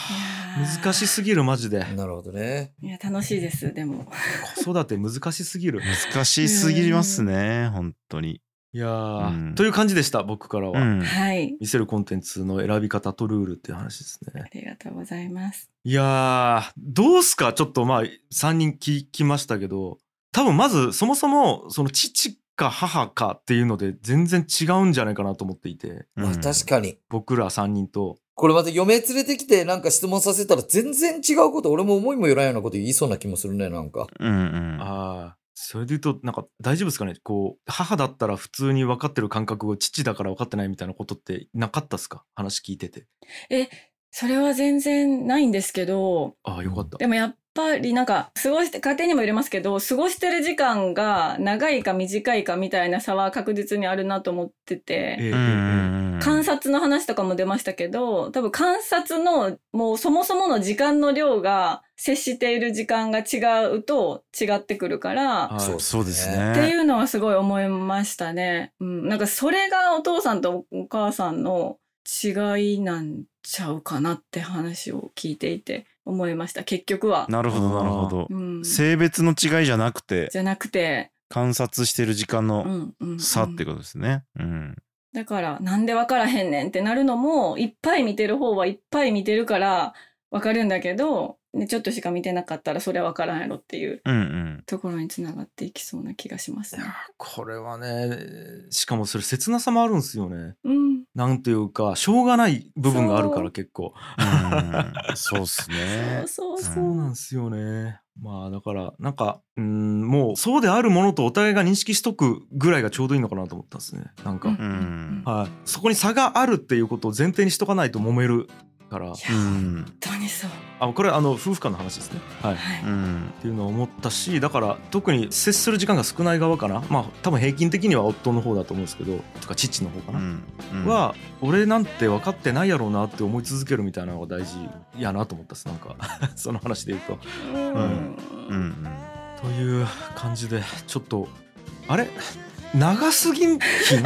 S1: あ
S4: いやー
S1: 難しすぎるマジで
S2: なるほどね。
S4: いや楽しいですでも。
S1: 子育て難しすぎる
S3: 難しすぎますね、本当に。
S1: いやー、
S3: うん
S1: という感じでした僕から
S3: う
S1: は、
S3: ん。
S4: はい。
S1: 見せるコンテンツの選び方とルールっていう話です
S4: あ
S1: ね
S4: りがとうございます。
S1: いやーどうすかちょっとまあ3人聞きましたけど多分まずそもそもその父か母かっていうので全然違うんじゃないかなと思っていて
S2: まあ確かに。
S1: 僕ら3人と
S2: これまた嫁連れてきてなんか質問させたら全然違うこと、俺も思いもよらんようなこと言いそうな気もするね、なんか。
S3: うんうん。
S1: ああそれで言うとなんか大丈夫ですかねこう母だったら普通に分かってる感覚を父だから分かってないみたいなことってなかったですか話聞いてて
S4: それは全然ないんですけど、
S1: ああよかった、
S4: でもやっぱりなんか、過ごして、家庭にも入れますけど、過ごしてる時間が長いか短いかみたいな差は確実にあるなと思ってて、
S1: ええ
S4: 観察の話とかも出ましたけど、多分観察のもうそもそもの時間の量が接している時間が違うと違ってくるから、
S1: はい
S2: そう
S3: そうです
S4: ってい
S3: ね。
S4: うのはすごい思いましたね。うん。なんかそれがお父さんとお母さんの違いなんちゃうかなって話を聞いていて思いました。結局は。
S3: なるほどなるほど
S4: う。ん。じ
S3: 性別の違いじゃなくて
S4: ゃなくて、
S3: 観察してる時間
S4: う
S3: の
S4: んうん、うん。
S3: 差ってことですね。うん。
S4: だから、なんでわからへんねんってなるのも、いっぱい見てる方はいっぱい見てるからわかるんだけど、ね、ちょっとしか見てなかったらそれわからんやろっていう
S3: うんうん。
S4: ところにつながっていきそうな気がしますね。
S1: これはねしかもそれ切なさもあるんですよね
S4: うん。
S1: なんというかしょうがない部分があるから結構
S3: うんそうっすね。
S4: そうそう
S1: そ
S4: そうう。
S1: なんですよね。まあだからなんかうんもうそうであるものとお互いが認識しとくぐらいがちょうどいいのかなと思ったんですね。なんか、
S4: うん
S3: うん。
S1: はいそこに差があるっていうことを前提にしとかないと揉めるから
S4: いや、
S3: う
S4: 本
S3: ん。
S4: 当にそう。
S1: あこれはあの夫婦間の話ですね。はい、っ
S4: はい。
S3: うん。
S1: ていうのを思ったしだから特に接する時間が少ない側かなまあ多分平均的には夫の方だと思うんですけどとか父の方か
S3: う
S1: な。
S3: ん。うん、
S1: は俺なんて分かってないやろうなって思い続けるみたいなのが大事やなと思ったですなんか [LAUGHS] その話で言うと
S4: うん
S3: うん
S1: [LAUGHS]
S3: うん。 [LAUGHS]
S1: という感じでちょっとあれ長すぎんひん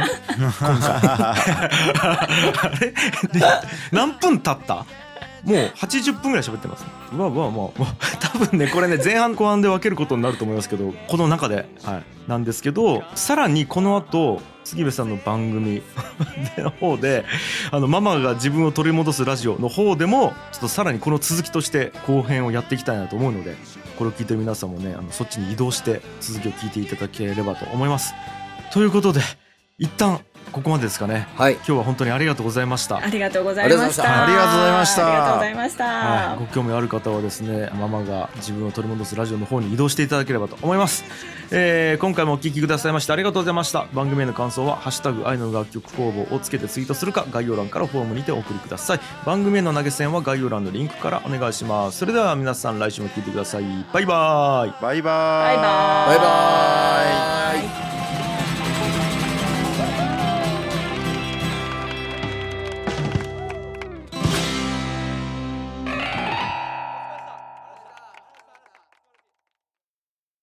S1: あれで [LAUGHS] 何分経ったもう80分ぐらい喋ってますうわうわもうもう [LAUGHS] 多分ねこれね前半後半で分けることになると思いますけどこの中で、はい、なんですけどさらにこの後杉部さんの番組 [LAUGHS] の方であのママが自分を取り戻すラジオの方でもちょっとさらにこの続きとして後編をやっていきたいなと思うのでこれを聞いてる皆さんもねあのそっちに移動して続きを聞いていただければと思います。ということで一旦ここまでですかね
S2: はい。
S1: 今日は本当にありがとうございました
S4: あ。りがとうございました。
S3: ありがとうございました
S4: ありがとうございました。
S1: はい、ご興味ある方はですねママが自分を取り戻すラジオの方に移動していただければと思います、えー今回もお聞きくださいましてありがとうございました番組への感想は「ハッシュタグ愛の楽曲工房」をつけてツイートするか概要欄からフォームにてお送りください番組への投げ銭は概要欄のリンクからお願いしますそれでは皆さん来週も聞いてくださいバイバーイ
S3: バイバーイ。
S4: バイバーイ
S3: バイバーイ。
S4: イ